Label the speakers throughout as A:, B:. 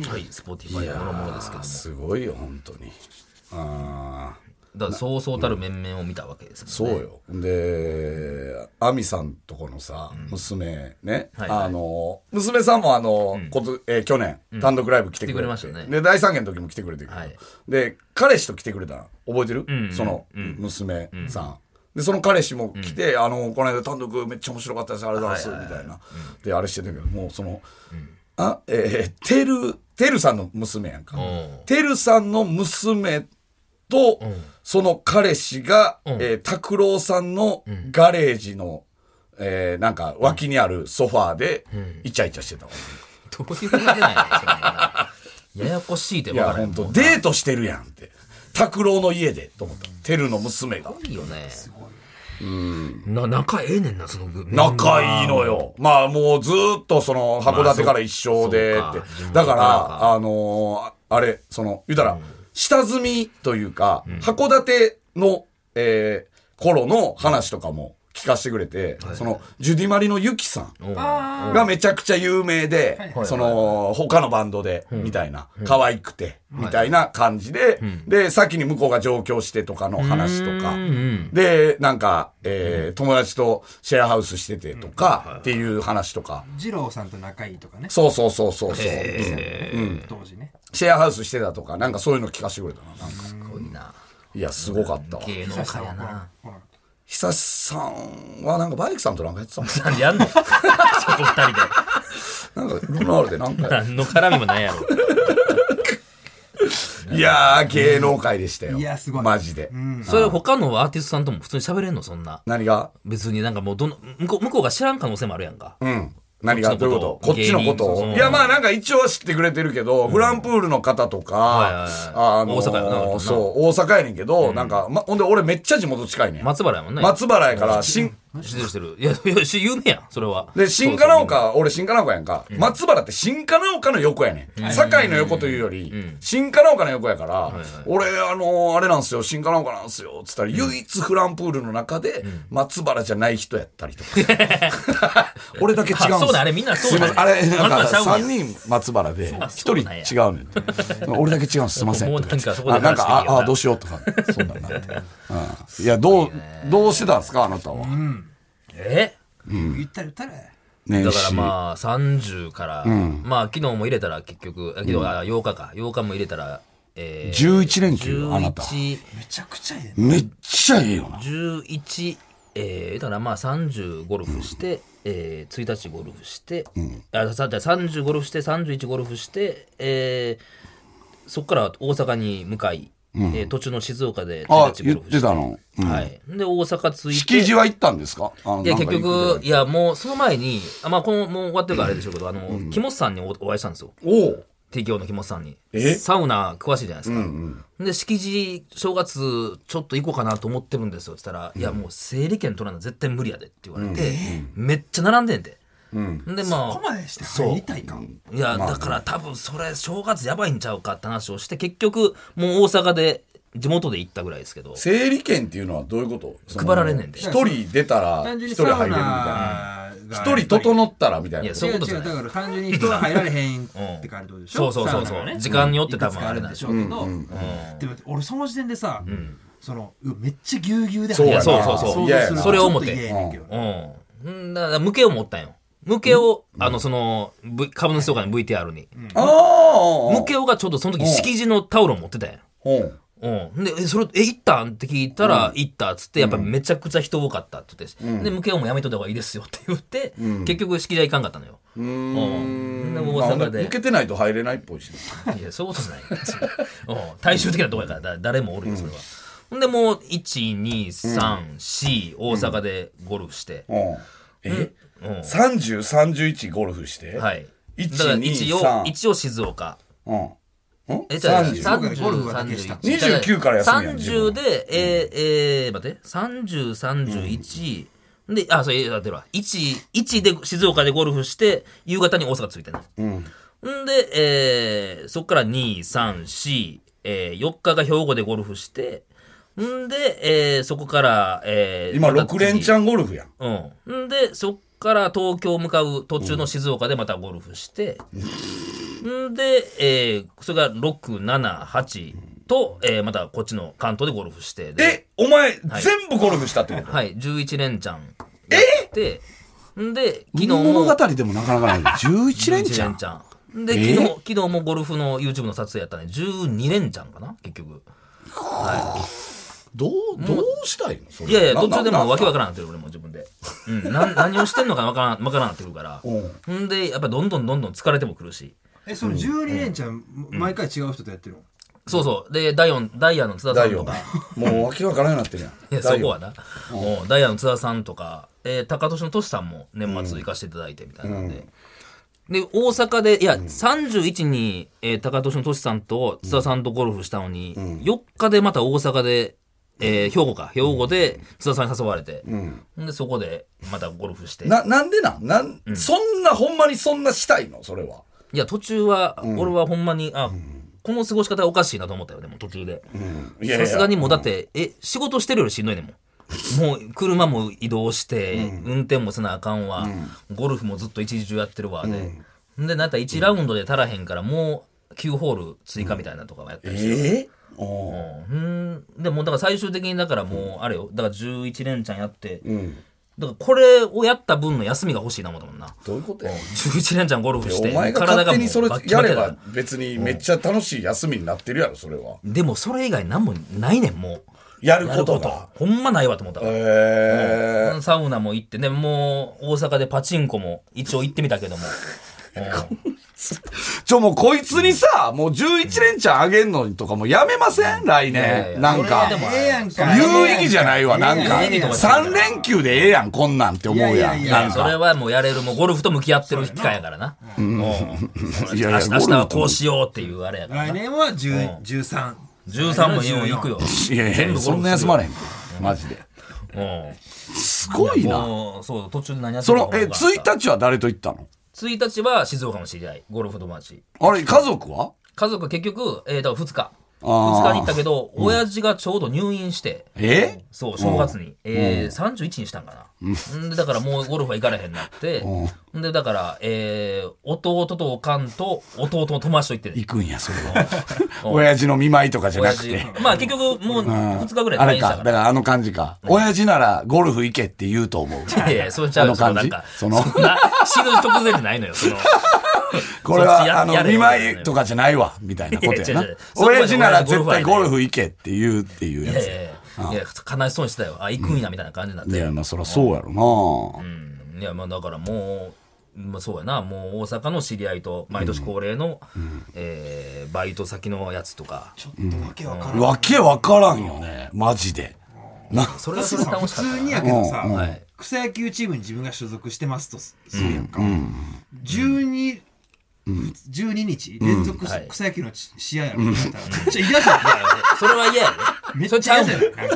A: Spotify のもろもろですけども
B: すごいよ本当にああ
A: だからそうそうたる面々を見たわけです
B: そうよ。で、亜美さんとこのさ、娘ね、
A: はいはい
B: あの、娘さんもあの、ことえー去年、単独ライブ来てくれて
A: 来てくれましたね
B: で、大三元の時も来てくれてるけど、
A: はい
B: で、彼氏と来てくれたの覚えてる、
A: んうん
B: その、娘さん。で、その彼氏も来て、あの、この間単独めっちゃ面白かったです、ありがとうございます、みたいな。で、あれしてたけど、もうその、あ、えー、てる、てるさんの娘やんか
A: ん。
B: てるさんの娘と、その彼氏が、えー拓郎さんのガレージの、えーなんか脇にあるソファーで、イチャイチャしてたわ、
A: どういうわけないのそれなややこしいって
B: い
A: 分
B: や、
A: からへん
B: 本
A: も
B: 当
A: ん
B: デートしてるやんって。拓郎の家で、と思った。てるの娘が。
A: いいよねな仲ええねんなその
B: 仲いいのよ。まあもうずっとその函館から一生で
A: まあ
B: っ
A: そう
B: て
A: そう。か
B: だか
A: 地元から
B: ら、あのーあれ、その、言うたら、下積みというか、函館の、えー頃の話とかも聞かせてくれて、その、ジュディマリのユキさん。
A: あ
B: がめちゃくちゃ有名で、
A: い
B: その、他のバンドで、みたいな、可愛くて、みたいな感じで、で、先に向こうが上京してとかの話とか
A: うんうん、
B: で、なんか、えー友達とシェアハウスしててとか、っていう話とか、
C: 二郎さんと仲いいとかね。
B: そうそうそうそうそう、
C: 当時ね。
B: シェアハウスしてたとか、なんかそういうの聞かせてくれたな、なんか。
A: すごいない
B: や、すごかったわ。
A: 芸能界やな
C: ほら。
B: 久さんはなんかバイクさんとなんかやってたもん。
A: なんでやんの そこ二人で
B: なんか、ルノールでなんかやっ
A: 何の絡みもないやろ
B: て。いやー、芸能界でしたよ。
C: いやすごい
B: マジで。
A: それ他のアーティストさんとも普通に喋れんのそんな
B: 何が
A: 別になんかもうどの向こう向こうが知らん可能性もあるやんか
B: うん。何がどういうこと
A: こ
B: こ
A: っ
B: っ
A: ち
B: ち
A: の
B: の
A: こ
B: ことと
A: 芸人
B: いや、まあなんか一応は知ってくれてるけど、フランプールの方とか、
A: はい
B: あのー、
A: 大阪やななんかな
B: そう、大阪やねんけど、なんか、ま、ほんで俺めっちゃ地元近いねん。
A: 松原やもんね
B: 松原やから、新、
A: 知ってる知ってるいやいやし有名やんそれは
B: で、新神奈川、俺新神奈川やんか。松原って新神奈川の横やねん。堺の横というより、新神奈川の横やから、俺、あのー、あれなんすよ、新神奈川なんすよ、つったら、唯一フランプールの中で、松原じゃない人やったりとか。 俺だけ違うんす
A: あそうだあれみんなそうだね
B: すいませんあれ、なん
A: あんた
B: か、
A: ちゃうんや
B: 3人松原で、1人違うね ん。俺だけ違うんす、すいません。
A: もうなんかそこで
B: あなんか、
A: 話していいよ
B: あ、
A: な
B: あどうしようとか、そんなんなって。うんいや、どう、どうしてたんすか、あなたは。
A: え
C: 言ったら言ったら。
B: 年
A: だ
B: 始
A: からまあ30から、まあ昨日も入れたら結局あ昨日は8日か8日も入れたら、えー、
B: 11連休あなた
A: 11
C: めちゃくちゃええね。
B: めっちゃええよな。
A: 11えー、だからまあ30ゴルフして、えー、1日ゴルフして、あさて30ゴルフして31ゴルフして、えー、そこから大阪に向かい、えー途中の静岡で1
B: あ、
A: 日ゴ
B: 言
A: ル
B: っ
A: フしてて
B: たの。うん
A: はい、で大阪着いて
B: 敷地は行ったんですか
A: いや、結局、い、や、もう、その前に、あまあ、この、もう終わってるからあれでしょうけど、あの、木本さんにおお会いしたんですよ。
B: おう
A: TKO の木本さんに。
B: え
A: サウナ詳しいじゃないですか。で、敷地、正月、ちょっと行こうかなと思ってるんですよ。って言ったら、いや、もう、整理券取らな絶対無理やでって言われて、めっちゃ並んでんで。で、
C: ここ
A: まあ、
C: までして入りたいか。
A: いや、だから多分、それ、正月やばいんちゃうかって話をして、結局、もう大阪で、地元で行ったぐらいですけど、
B: 整理券っていうのはどういうことその
A: 配られんねんで
B: 一人出たら、
C: 単純
B: 一
C: に
B: 人
C: サ
B: 入
C: ウ
B: れるみたいな。
C: ナが。
B: 一人整ったらみたい
A: い
B: な
A: や
B: こと。
A: そういうことじ
C: 違
A: ゃ
C: う
A: な
C: だ
A: い
C: から単純に人が入られへんって感じでしょ、
A: うんそうそうそうそう
C: サウナが
A: 時間によって多分
C: いくつかあるんでしょうけど、でも俺その時点でさ、そのうわめっちゃぎゅうぎゅうで入る
A: いやそうそうそう
C: 想像
A: い
B: やいや
C: すると
A: それを思って
C: ちょっと嫌やねんけどね
A: うん。だから、向けを持ったんよ。向けを、あの、その、v、株主総会の VTR に。
B: ああ。
A: 向けをがちょうどその時、敷地のタオルを持ってたんや。
B: うん。
A: うん。で、えそれ、え、行ったんって聞いたら、行ったっつって、やっぱめちゃくちゃ人多かったって言って、で、向けをもうやめといた方がいいですよって言って、結局、敷地は行かんかったのよ。うん。で、
B: まあ
A: 大阪で
B: 抜。けてないと入れないっぽいしね。
A: いや、そういうことじゃない。うん大衆的なとこやから、だ誰もおるよ、それは。ほんで、もう、1、2、3、4、大阪でゴルフして。
B: うん。え
A: うん
B: ?30、31ゴルフして。
A: はい。
B: 1
A: だから
B: 2
A: 一
B: 3
A: 応、一応静岡。
B: うん。うん
A: え、じゃあ、
B: 30。
A: 30、
C: ゴルフはだけした
A: 31
B: 29から休みやん自分
A: 30で、えー、えー、待って、30、31、で、あ、そう、えー、待ってるわ。1、1で静岡でゴルフして、夕方に大阪着いてる
B: うん。
A: んで、えー、そっから2、3、4、えー、4日が兵庫でゴルフして、んで、えー、そこから、えー、
B: 今、
A: また次
B: 6連チャンゴルフやん。
A: うん。んで、そっから東京向かう途中の静岡でまたゴルフして、んで、えーそれが678と、えーまたこっちの関東でゴルフしてで
B: え、お前、全部ゴルフしたってこと
A: はい11連チャンやってんで昨日
D: 海
A: も
D: 物語でもなかなかない。11連
A: 11
D: チャン
A: 連。チャンで昨
D: え
A: 日昨日もゴルフの YouTube の撮影やったね12連チャンかな結局
B: どう、どうしたいのそれ
A: いやいや
B: な
A: 途中で
B: な
A: もうわけわ
B: な
A: からんなってる俺も自分で、うん、なん何をしてんのかわからんわからんなってくるからほんでやっぱどんどんどんどん疲れてもくるし
C: えその12連チャン、毎回違う人とやってるの、
A: そうそうでダイオンダイヤの津田さ
B: だ
A: んと
B: よ
A: か。
B: もうわけわからんようになってるやん。
A: いやそこはな、もうダイヤの津田さんとか、えー、高俊のトシさんも年末行かせていただいてみたいなんで、で大阪でいや、31に、えー、高俊のトシさんと津田さんとゴルフしたのに、4日でまた大阪で、えー兵庫か兵庫で津田さんに誘われて、でそこでまたゴルフして
B: な、なんでなんなん、そんな、ほんまにそんなしたいのそれは。
A: いや途中は、俺はほんまにあ、この過ごし方おかしいなと思ったよでも途中で。
B: いやいや
A: さすがにもうだって、え、仕事してるよりしんどいねんもん。もう車も移動して、運転もせなあかんわ、ゴルフもずっと一日中やってるわで、ん、でなんか1ラウンドで足らへんからもう9ホール追加みたいなのとかもやったりして、
B: え
A: うんでもうだから最終的にだからもうあれよだから11連チャンやって、だからこれをやった分の休みが欲しいな思ったもんな
B: どういうことや
A: 11連チャンゴルフして
B: お前が勝手にそれ
A: 体がもうバッキ
B: や
A: バキ
B: れ
A: だから
B: ば別にめっちゃ楽しい休みになってるやろ、それは。
A: でもそれ以外何もないねんもう
B: やることが。
A: ほんまないわと思ったわ
B: えー
A: サウナも行ってね、もう大阪でパチンコも一応行ってみたけど も。うん
B: ちょ、もうこいつにさ、もう11連チャンあげんのとかもうやめません来
A: いやいや
B: 年。なんか
A: それ。でも
C: ええやんか
B: 有意義じゃないわ、なんか。
A: 有意義とか
B: 3連休でええやん、こんなんって思うや
C: いやいや
B: ん。
C: い
B: な
C: や
B: ん
A: それ
B: か。
A: はもうやれる、もうゴルフと向き合ってる機会やからな。うん
B: いやい
A: 明
B: や
A: 日明日はこうしようっていうあれやから
C: 来
A: な。
C: 年は10 13
A: 13も4行くよ。
B: いやい
A: 全
B: や、
A: 部
B: そんな休まれへん。マジで。
A: うん。
B: すごいな。
A: もう、そう、途中で何やって
B: そ
A: るの
B: の
A: か、
B: え、
A: 分からんか
B: 1日は誰と行ったの
A: 1日は静岡の知り合い、ゴルフ友達。
B: あれ、家族は
A: 家族結局、えー、だから2日。
B: あー
A: 2日に行ったけど、親父がちょうど入院して、
B: え
A: そう、正月に、えー、31にしたんかな。んで、だからもうゴルフは行かれへんなって、んで、だから、えー、弟とおかんと弟の友達と行ってね
B: 行くんや、それ は。親父の見舞いとかじゃな
A: 親
B: く
A: 父
B: て。
A: まあ結局もう2日ぐらい
B: あ
A: 退
B: れ
A: 院し
B: か、
A: た
B: だ
A: か。
B: かららあの感じか。親父ならゴルフ行けって言うと思う。
A: いやいや、それちゃう
B: あの感じ
A: そのなんか、
B: その
A: んな死ぬ直前じゃないのよ、その。
B: これ
A: そっちや
B: は、
A: や
B: あの、
A: れ
B: 見舞いとかじゃないわ、みたいなことや
A: いや
B: な
A: 違う違う。
B: 親父なら絶対
A: そこまで
B: ゴ
A: ゴ
B: ル
A: ルフ
B: フ行けって言うっていうや
A: いや
B: つ
A: い
B: や。
A: やいやいや、悲しそうにしてたよ。あ、行くんや、みたいな感じになって。
B: いや、まあそりゃそうやろな。
A: うんいやまあだからもう、まあ、そうやなもう大阪の知り合いと毎年恒例の、えーバイト先のやつとか
C: ちょっとわけわからん、
B: わけわからんよね、マジで。な、
A: それはそれで楽しかっ
C: 普通
A: たな
C: にやけどさ、
A: んはい
C: 草野球チームに自分が所属してますとするやんか、12 12日連続
A: はい
C: 草野球のち試合やろ、めっちゃ嫌じゃん
A: それは嫌や で、
C: めっ
A: それち
C: ちゃ
A: ゃ
C: 嫌
A: う
C: じ
A: も
C: ゃ
A: ん
C: ん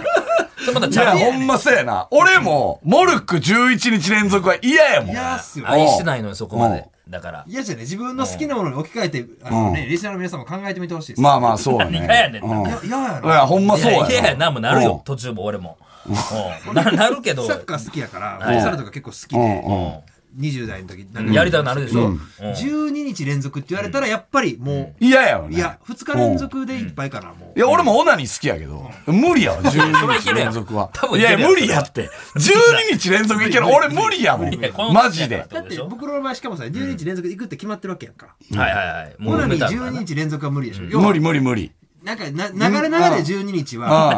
A: そ
C: なんか
A: れまた
B: い
A: ちゃ
B: や、
A: うも
B: ほ
A: ん
B: んまそうやな。俺も、モルック11日連続は嫌やもん。
C: 嫌っすよ
A: 愛してないのにそこまでだから
C: 嫌じゃね自分の好きなものに置き換えて、あのねリスナーの皆さんも考えてみてほしいです
B: まあまあ、そうや
A: 何がや
B: ね
A: ね。ん
B: うんい
C: いや嫌やな
B: や、ほんま
A: い
B: そうや
A: やいやなもうなる
B: うん
A: よ途中も俺もうんななるけど
C: サッカー好きやからフッサルとか結構好きで、20代の時なんか
A: やりたくなるでしょ、うん
C: 12日連続って言われたらやっぱりも
B: 嫌やよ
C: う、
B: ね。
C: いや2日連続でいっぱいかなもう
B: いや、俺もオナニー好きやけど、無理や わ、12日連続は
A: 多。分
B: い
A: いける
B: や、
A: やん
B: 無理やって。12日連続 いける。俺無理やもん
A: いやこ。の
B: マジで。
A: だ
C: だ
A: っ
C: ってて
A: 僕
C: 僕の場合しかもさ12日連続で行くって決まってるわけやんか、
A: はいはいはいも
C: ほ
A: う
C: な
A: 埋め
C: に
A: たんだからな
C: 12日連続は無理でしょ、要は
B: 無理無理無理。
C: なんかな流れ流れ12日は
B: ああ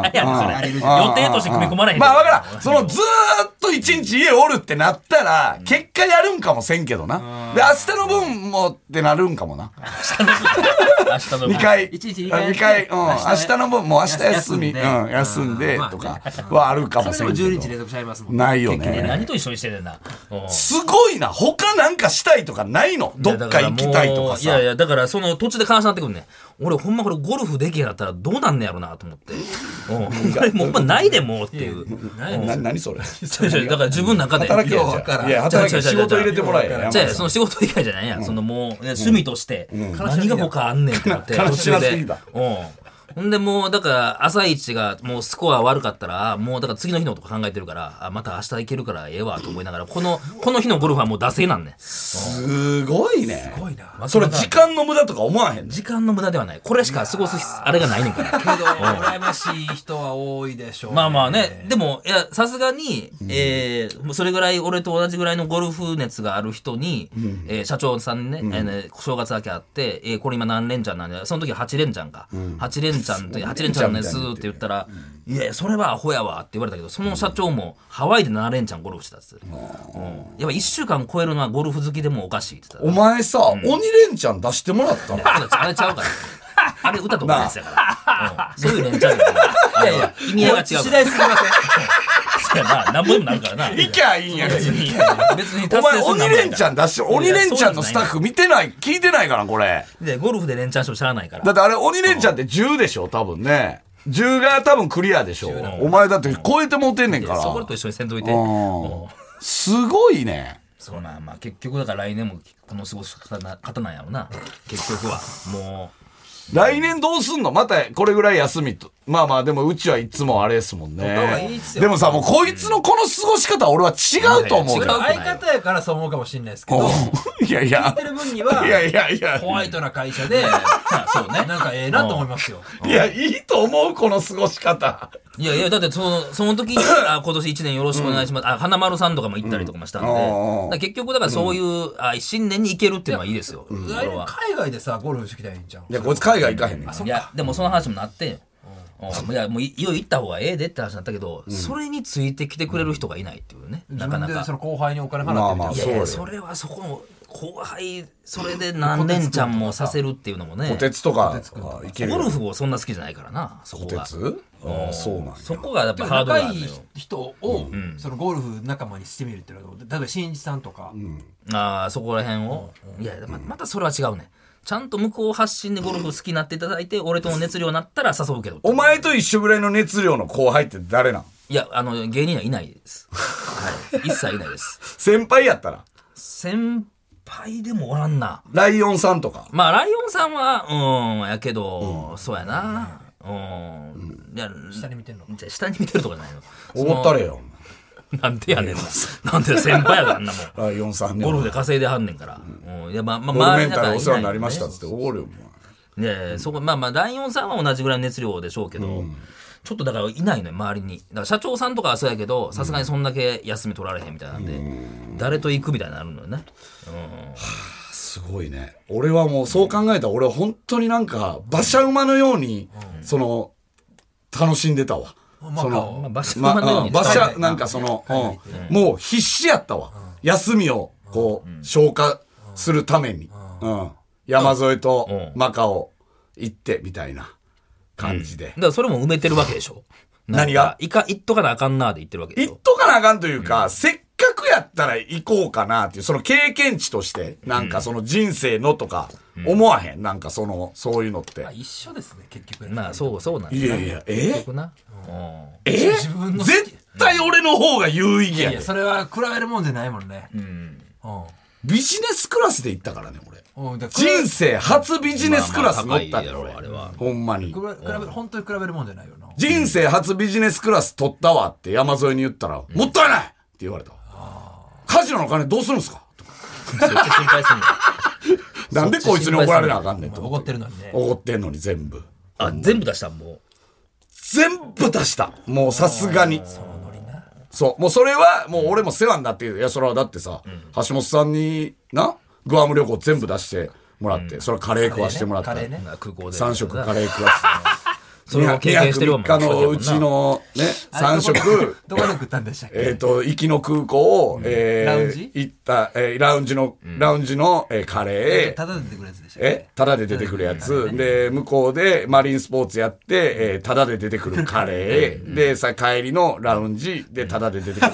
C: あ
A: あ
C: あれるじ
B: あ
C: ゃん
A: 予定として組み込まれへん
B: まあわからん。そのずーっと一日家おるってなったら、結果やるんかもせんけどな。で、明日の分もってなるんかもな。
A: 明日の分
B: 二回。
C: 一日二
B: あ
C: 回
B: 二回。うん。明
C: 明日ね
B: 日の分もう明日休み。う
C: 休ん
B: ん。
C: で
B: 休んで
C: うんまあね
B: とかはあるかも
C: そ
B: せ
C: れ
B: ん
C: で
B: け
C: も12日連
B: ど。
C: 続しちゃいますもん
B: ないよ
A: え
B: ね。
A: 何と一緒にしてんねんなうん
B: すごいな。他なんかしたいとかないのどっか行きたいとか
A: いや
B: さ
A: い。や、だからその途中で悲しなってくるね。俺ほんまこれゴルフできへんやったらどうなんねやろなと思って。うん。これもうほんまないでもうっていう。うん
B: な、何それ
A: ちょいちょいだから自分の中で。
B: 働き
A: いや
B: よ
A: じゃ
B: う
A: あ
B: から。いや、働きよう
A: じゃあ
B: 仕
A: じゃあ
B: 事入れてもらえよ。
A: じゃあその仕事以外じゃないやん。そのもう、いや趣味として、何が他あんねんってなって。
B: 悲しなすぎ
A: 途
B: た
A: 中でうん。ほんでもう、だから、朝一がもうスコア悪かったら、もうだから次の日のこと考えてるから、あ、また明日行けるからええわと思いながら、この、この日のゴルフはもう惰性なんね。
B: すごいね。
A: すごいな
B: それ時間の無駄とか思わへんの
A: 時間の無駄ではない。これしか過ごす必あれがないねんから。
C: けど、羨ましい人は多いでしょう、
A: まあまあね、でも、いや、さすがに、えーもうそれぐらい、俺と同じぐらいのゴルフ熱がある人に、えー社長さんにね、えーね正月だけあって、えーこれ今何連チャンなんだその時8連チャンか。8連チャンって、8連チャンですって言ったら、いやいや、それはアホやわって言われたけど、その社長もハワイで7連チャンゴルフしてたっつって、うんやっぱ1週間超えるのはゴルフ好きでもおかしいって言って
B: お前さ、鬼レンちゃん出してもらったの
A: た。だからあれちゃうから。あれ歌とかですやから。うんそういう連チャンやから。いやいや、意味合いが違うから。
C: 次第すぎません。
A: そうやな、なんぼでもなるからな。
B: いきゃいいんやけど。
A: 別に
B: お前、鬼レンちゃん出
A: し
B: して、鬼レンちゃんのスタッフ見てない、聞いてないから、これ。
A: で、ゴルフで連チャンしてもしゃあないから。
B: だってあれ、鬼レンちゃんって10でしょ、多分ね。10が多分クリアでしょ。お前だって超えてもうてんねんか
A: そこと
B: ら。
A: 一緒にせんといて。
B: うん
A: うん
B: すごいね。
A: そうな、まあ結局だから来年もこの過ごし方な方なんやろな。結局は。も
B: 来年どうすんのまたこれぐらい休みと。まあまあ、でもうちはいつもあれですもん
C: がいい
B: ね
C: っ。すよ
B: でもさ、もうこいつのこの過ごし方は俺は違うと思うよ。
A: いや違う
C: 相方やからそう思うかもしれないですけど、や
B: うんいやいや、
C: っ。てる分にはい
B: やいやいや。
C: ホワイトな会社で、そうね。なんかええなと思いますよ。
B: いや、いいと思う、この過ごし方。
A: う、いやいや、だってその、その時に、あ、今年一年よろしくお願いします。あ、花丸さんとかも行ったりとかもしたんで。だ
B: うんああ
A: から結局だからそういう、あ、新年に行けるっていうのはいいですよ。そ
C: 来
A: れ
C: 年
A: は
C: 海外でさ、ゴルフしてきたらいいんじゃん。
B: いや、こいつ海外行かへんねん。
A: いや、でもその話もなってんよ。うんいや、もういいよ行った方がええでって話になったけど、それについてきてくれる人がいないっていうね、
C: 自
A: なか
C: 分
A: なか
C: でそ。の後輩にお金払ってみ
B: まあまあ
C: たい
A: い
C: な
A: やいや、
B: そ
A: それはそこの後輩、それで何連ちゃんもさせるっていうのもね
B: お、てつとか、あいける
A: ゴ
B: よ。
A: ルフをそんな好きじゃないからな、そこ
B: おて
A: が。
B: つあそうなんや
A: そこがやっ
C: で
A: ぱ
C: も
A: ハードル
C: 仲
A: があ
C: い
A: るの
C: い
A: よ。
C: 人を、そのゴルフ仲間にしてみるっていうのはどう例えば新一さんとか、
A: ああ、そこら辺を。いや、ままたそれは違うね。ちゃんと向こう発信でゴルフ好きになっていただいて、俺との熱量になったら誘うけど。
B: お前と一緒ぐらいの熱量の後輩って誰なん
A: いや、あの、芸人はいないです。はい。一切いないです。
B: 先輩やったら。
A: 先輩でもおらんな。
B: ライオンさんとか。
A: まあ、ライオンさんは、うん、やけど、そうやな。うん。いや、
C: 下に見てんの
A: じゃあ下に見てるとかじゃないの。
B: おごったれよ。
A: なんでやねんな。なんで先輩やからあん なもん。
B: ライオンさんに。
A: ゴルフ
B: ゴ
A: で稼いではんねんから。うん。いや、まあ、まあ、
B: ル
A: 周り
B: メン
A: に
B: タルお世話になりました
A: だ
B: っつって、おごるよ、
A: からいないんでねねえそこ、まあまあ、ライオンさんは同じぐらいの熱量でしょうけど、ちょっとだからいないのよ、周りに。だから社長さんとかはそうやけど、さすがにそんだけ休み取られへんみたいなんで、誰と行くみたいになるのよね。
B: すごいね。俺はもうそう考えたら、俺は本当になんか、馬車馬のように、その、楽しんでたわ。
C: まあ
B: その
A: まあ、馬車
B: ま
A: 馬のよう
B: あ、
A: に
B: 馬
A: 使う
B: 車、なんかその、うんもう必死やったわ。休みを、こう、消化するために。うん。山沿いと
A: うん
B: マカオ行って、みたいな感じで
A: だ。からそれも埋めてるわけでしょ。なんか
B: 何が
A: いか、いっとかなあかんなーで言ってるわけでし
B: 行っ
A: ょ。
B: とかなあかんというか、せっかくやったら行こうかなっていう、その経験値として、なんかその人生のとか、思わへんなんかその、そういうのって
C: あ。一緒ですね結局
A: まあ、そうそうなんだ
B: いやいや、
A: 結
B: え
A: 局な。うん
B: え
C: 自分の好き
B: 絶対俺の方が有意義や
C: いや
B: で。
C: それは比べるもんじゃないもんね
B: ビジネスクラスで行ったからね、俺。
C: うん、うん、だから
B: 人生初ビジネスクラス乗ったで、
A: まあまあ高いやろあ
B: 俺
A: れは
B: ほんまに
C: 比。べ比べ本当に比べるもんじゃないよな
B: 人生初ビジネスクラス取ったわって山添に言ったら、もったいないって言われたわ。カジノの金どうするんすかとか
A: そっち心配すんの。
B: なんでこいつに怒られなあかんねんと思
C: 怒ってるのにね
B: 怒ってんのに全部。
A: あ、全部出したもう。
B: 全部出した。もうさすがに。そう。もうそれは、もう俺も世話になっている。いや、それはだってさ、橋本さんにな、グアム旅行全部出してもらって、それはカレー食わしてもらった。
C: カレーね
A: まあ空港で。
B: 3食カレー食わして。
A: それも経験してるわ、
B: 2泊3日の
A: も
B: う
A: う
B: ちのね、
C: あれ
B: 3食、
C: どこで食ったんでしたっけ
B: えっ、と、行きの空港を、えー
C: ラウンジ
B: 行った、えーラウンジの、ラウンジの、えーカレー、
C: ただで出てくるやつでしたっけ
B: え、タダで出てくるやつ、で、向こうでマリンスポーツやって、えー、タダで出てくるカレー、で、さ、帰りのラウンジで、タダで出てくる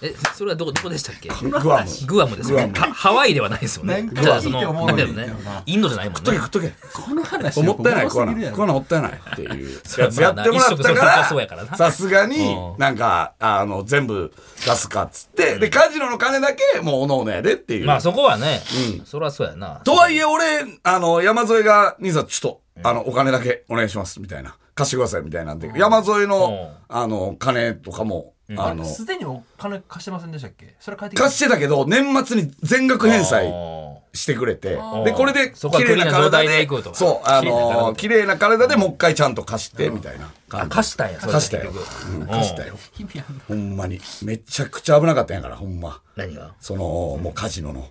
A: え、それはどこ、どこでしたっけ
B: グアム。食 っ
A: グアムですよね。かハワイではないですよ
C: な
A: ね
C: ん。か
A: じゃあ、その、
C: いいと思う
A: なん
C: ねん
A: だ
C: け
A: よ
C: どな
A: ね。インドじゃないもん
B: とけ
A: ね
B: 食。っ とけ。
C: この話
B: もったいない、
C: お
B: こう
C: もろ
B: な
C: すぎるや
B: ん。
C: ろ
B: こうなんもったいないっていう
A: それ
B: や
A: は
B: つやって
A: ま
B: もらったか
A: あな一食それそうやから
B: ら、
A: な
B: さすがに、なんか、あの、全部出すかっつって、で、カジノの金だけ、もう、おのおのやでっていう。
A: まあ、そこはね、それはそうやな。
B: とはいえ、俺、あの、山添が、兄さん、ちょっと、あの、お金だけお願いします、みたいな。貸してください、みたいなんで。山沿いの、あの、金とかも、あの、
E: すでにお金貸してませんでしたっけそれ返ってき
B: 貸してたけど、年末に全額返済
A: あー
B: してくれて
A: ー、
B: で、これで、
A: そこは
B: 綺麗な
A: クリーンな状
B: 体
A: 態で
B: で
A: 行こうと、
B: そう、あの、綺麗な体でもう一回ちゃんと貸して、みたいな感
A: あ
B: じ。
A: 貸したんやそれ
B: 貸したよ
A: 結局。
B: うん貸したよ。
E: 意味あんの
B: ほんまに。めちゃくちゃ危なかったんやから、ほんま。
A: 何が
B: その、もうカジノの、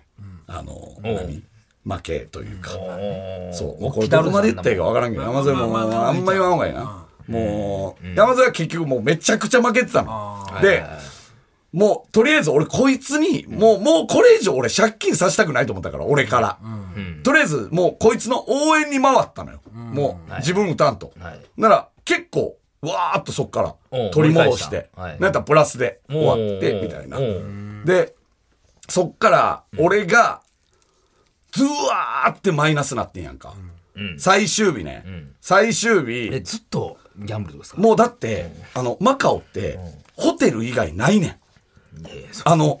B: あの、何負けというか。そう。もうこれどこまでいったらいいかわからんけど、山添も、あんま言わんほうがいいな。もう、山添は結局もうめちゃくちゃ負けてたの。で、もう、とりあえず俺こいつに、もう、もうこれ以上俺借金させたくないと思ったから、俺から。とりあえず、もうこいつの応援に回ったのよ。もう、自分打たんと
A: はい。
B: なら、結構、わーっとそっか
A: お
B: ら
A: う
B: 取り戻
A: 盛
B: し
A: り
B: て、
A: 返したはい
B: なんやったらプラスで終わって、
A: おー
B: みたいな
A: お。ー
B: で、そっから、俺が、ずわーってマイナスなってんやんか。最終日ね。最終
A: え
B: 日、
A: ずっとギャンブルとかですか
B: もうだって、あの、マカオって、ホテル以外ないねん。あの、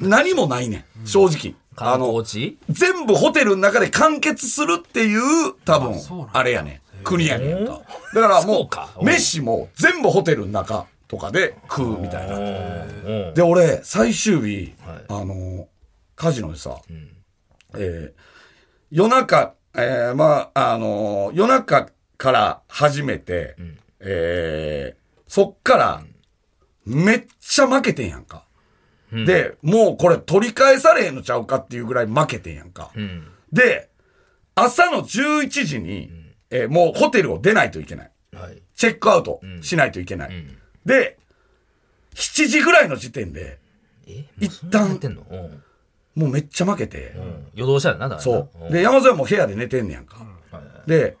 B: 何もないねん。正直。あ
A: 観光
B: の、
A: 地
B: 全部ホテルの中で完結するっていう、多分、あれやねん。国やねんやんか。だから
A: そう
B: も
A: か
B: う、飯も全部ホテルの中とかで食うみたいな。
A: うん
B: で、俺、最終日、
A: はい
B: あのー、カジノでさ、えー夜中、えーまあ、あのー夜中から始めて、えーそっから、めっちゃ負けてんやんか。で、もうこれ取り返されへんのちゃうかっていうぐらい負けてんやんか。
A: うん
B: で、朝の11時に、えーもうホテルを出ないといけない。
A: はい
B: チェックアウトしないといけない。
A: ん
B: で、7時ぐらいの時点で、
A: え
B: 一
A: そんなや
B: 旦
A: ってんのうん
B: もうめっちゃ負けて、
A: うん夜通しやなだからな
B: そう。
A: ん
B: で、山添はもう部屋で寝てんねやんか。
A: はい
B: で、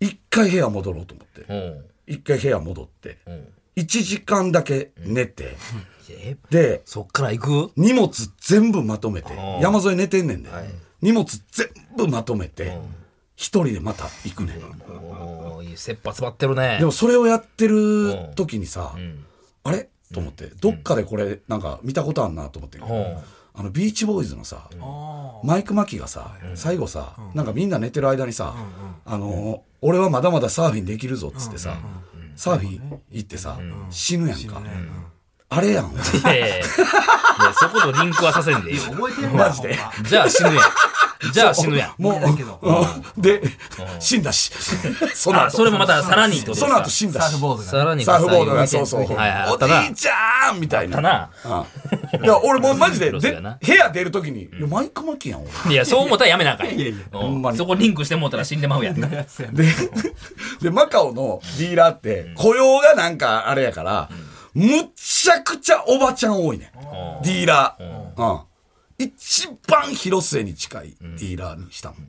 B: 一回部屋戻ろうと思って。
A: うん
B: 一回部屋戻って、
A: うん
B: 1時間だけ寝て、
A: え
B: で、
A: そっから行く
B: 荷物全部まとめて
A: あ、ー
B: 山添寝てんねんで、
A: い
B: 荷物全部まとめて、一人でまた行くねん。
A: おーいい切羽詰まってるね
B: でもそれをやってる時にさ、あれと思って、どっかでこれなんか見たことあんなと思って、
A: うん
B: あのビーチボーイズのさ、マイク・マキがさ、最後さ、なんかみんな寝てる間にさ、あのー俺はまだまだサーフィンできるぞっつってさ、サーフィン行ってさ、死ぬやんか。あれやん。
A: いやいやいやいやそことリンクはさせんでいいよ
E: 覚えてるマジで
A: じゃあ死ぬやんじゃあ死ぬやん
B: も
E: だけど
B: う、で、死んだし。その
A: あそれ
B: 後、
A: もまたさらにってことです
B: そ
A: か
B: の後死んだ
E: サーフ
B: し。
E: ボード
A: さ
E: が
A: らに
B: サーフボードが、
A: 最
B: そ
A: 後
B: うそう。おじ
A: はいはいあったない
B: ちゃんみたい
A: た
B: な。
A: な
B: うんいや、俺もうマジで、
A: ロス
B: で
A: やな
B: 部屋出るときに、いやマイク・マキやん、俺。
A: いやそう思ったらやめなあかんやん
B: ほんま
A: うん
B: に
A: そこリンクしてもうたら死んでまうやん
E: やつやね
B: で、で、マカオのディーラーって、雇用がなんかあれやから、むっちゃくちゃおばちゃん多いねん。ディーラー。うん。一番広末に近いディーラーにしたもん。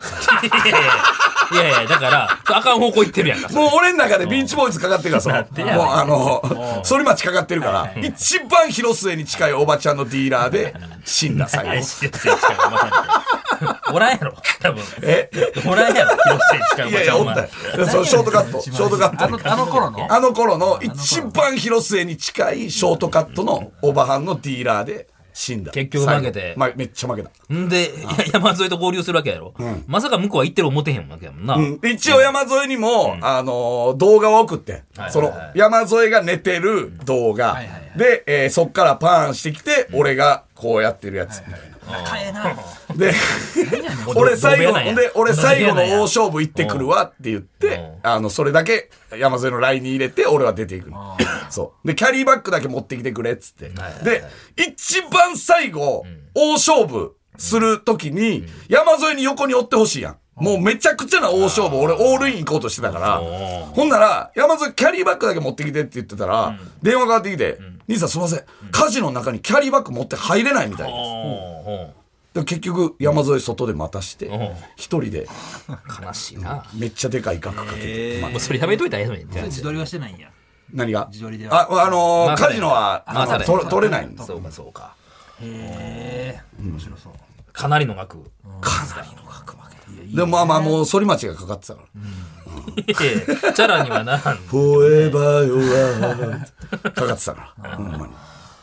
A: いやいやいや、だから、あかん方向行ってるやんか。それ
B: もう俺の中でビーチボーイズかかってるからさ、もうあの、反町かかってるから、一番広末に近いおばちゃんのディーラーで死んだ
A: いや
B: 最後。
A: 広末近いおばち ゃんおらんやろ、多分。
B: え
A: おらんやろ、広末近いお
B: い
A: ば
B: やい
A: ちゃ
B: や、
A: ん。
B: お
A: お
B: ったよ
A: 前。
B: そう、ショートカット、ショートカット。
E: あのあの頃の
B: あの頃の一番広末に近いショートカットのオバハンのディーラーで死んだ。
A: 結局負けて
B: 最後まあ、めっちゃ負けた。
A: んで、いや 山添と合流するわけやろ。まさか向こうは行ってる思ってへんわけやもんな。
B: うん一応山添にも、あのー動画を送って、
A: はい
B: その山添が寝てる動画、で、えーそっからパーンしてきて、俺がこうやってるやつみたいな。
E: 買えな
B: で、
A: ど
B: 俺最
A: どう
B: 後
A: もやなんや
B: の、で、俺最後の
A: どうもやなん
B: 大
A: や
B: 勝負行ってくるわって言って、あの、それだけ山添のラインに入れて、俺は出ていくの。そう。で、キャリーバッグだけ持ってきてくれっつって。で、一番最後、大勝負するときに、山添に横に追ってほしいやん。もうめちゃくちゃな大勝負、俺オールイン行こうとしてたから、ほんなら、山添キャリーバッグだけ持ってきてって言ってたら、電話かかってきて、兄さんすいません、火事の中にキャリーバッグ持って入れないみたいです。で結局山添外で待たして一人で
A: うん悲しいな。
B: めっちゃでかい額かけて、まあ
A: もうそれやめといたらええのに。
E: 自撮りはしてないんや
B: 何が
E: 自撮りでは
B: ああの
A: ま
B: ー
A: あ
B: カジノは
A: まあ
B: あの
A: まあ
B: 取れ取れないんです
A: そうか、そうか。
E: へえ面白そう
A: かなりの額。
B: でもまあまあもう反町がかかってたから
A: いやいやチャラにはならん。
B: 「フォーエバーヨーか かってたからほんまに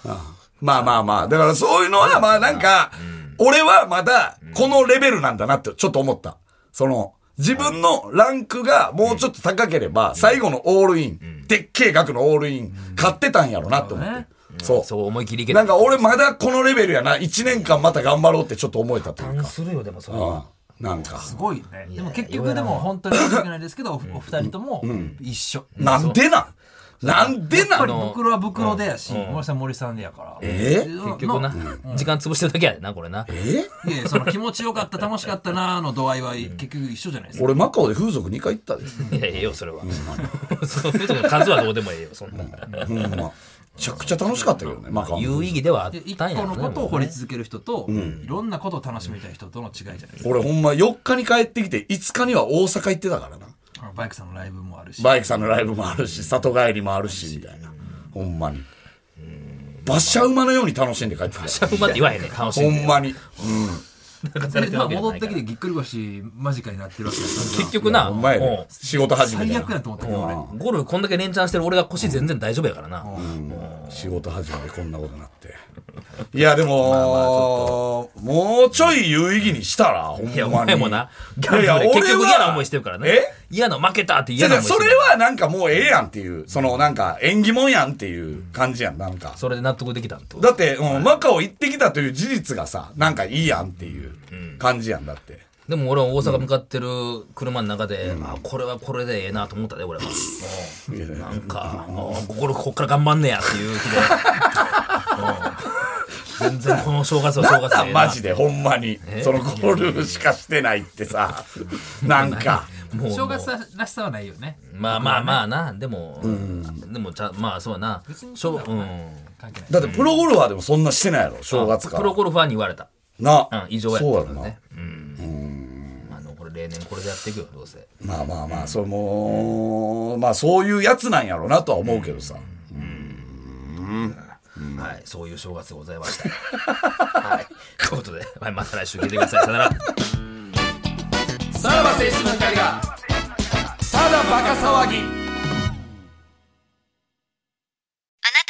B: あまあまあまあだからそういうのはまあなんか俺はまだこのレベルなんだなってちょっと思ったその自分のランクがもうちょっと高ければ、最後のオールイン、でっけえ額のオールイン、買ってたんやろなって思って。そう。
A: そう思い切りいけ
B: なんか俺まだこのレベルやな。1年間また頑張ろうってちょっと思えたという
A: 何
B: か。
A: するよでもそれ
B: ああなんか。
E: すごいね。でも結局でも本当に申し訳ないですけど、おお二人とも一緒。
B: なんでなんなんで
E: やっ
B: な
E: ぱり
B: ん
E: 袋は袋でやし、森さんは森さんでやから。
B: えー
E: 結
A: 結局な、時間潰してるだけやでなこれな
B: え
E: いやいやその気持ちよかった、楽しかったなーの度合いは結局一緒じゃないですか。
B: 俺マカオで風俗2回行ったで。
A: いやええよそれは そういうとこ数はどうでもええよそんなん
B: ほんま。めちゃくちゃ楽しかったけどね、マカオ。
A: 有意義ではあっ
E: で一
A: た
E: 個
A: んやろ
E: の
A: ね
E: ことを掘り続ける人と、いろんなことを楽しみたい人との違いじゃないですか。
B: 俺ほんま4日に帰ってきて5日には大阪行ってたからな。
E: あのバイクさんのライブもあるし。
B: バイクさんのライブもあるし、里帰りもあるし、みたいな。ほんまに。馬車馬のように楽しんで帰ってきた。
A: うまって言わへんねん楽し
B: ほ
A: んで
B: んまに。
E: でまあ戻ってきてぎっくり腰間近になってるわけだから
A: 結局な
B: ほんまや
A: も
B: ね。仕事始め
E: 最悪
B: て
E: や。と思ったけど俺
A: うゴルフこんだけ連チャンしてる俺が腰全然大丈夫やからな、
B: 仕事始めてこんなことになって。いや、でも、もうちょい有意義にしたら、ほん
A: い
B: まに。
A: や、お前もな、ギャン
B: いや
A: ブルで結局
B: 俺
A: 嫌
B: は
A: な思いしてるからね
B: え。
A: 嫌な、負けたって
B: じ
A: 嫌
B: ゃ
A: な思いして
B: そ
A: る。
B: れはなんかもうええやんっていう、そのなんか縁起もんやんっていう感じやん、なんか。
A: それで納得できたんと。
B: だって、うん、マカオ行ってきたという事実がさ、なんかいいやんっていう感じやんだって。
A: でも俺は大阪向かってる車の中で、あ、これはこれでええなと思ったで、俺は。
B: いやいや
A: なんか、もう心こっから頑張んねやっていう 気で。うん全然この正月は
B: な
A: 正月でええ
B: んだ
A: な。
B: マジで、ほんまに。そのゴルフしかしてないってさ、 なんか。
A: もう。
E: 正月
A: もう
E: らしさはないよね
A: まあまあまあな、でも、でもちゃ、まあそうやな。しょううん
E: 関係ない
B: だってプロゴルファーでもそんなしてないやろ、正月から。
A: プロゴルファーに言われた。
B: な、
A: うん、異常やった
B: そうや
A: か
B: ろ
A: ら
B: な。
A: ね。うん。あの、これ例年これでやっていくよ、どうせ。
B: まあまあまあ、それも、まあそういうやつなんやろなとは思うけどさ。
A: はい、そういう正月でございました。 はい、ということで、はい、また来週聞いてください。さよなら。
B: さらば青春の光が、ただバカ騒ぎ。
F: あなた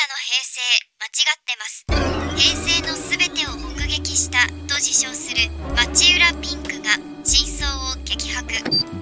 F: の平成間違ってます平成のすべてを目撃したと自称する町浦ピンクが真相を激白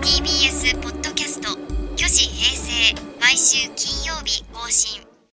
F: TBS ポ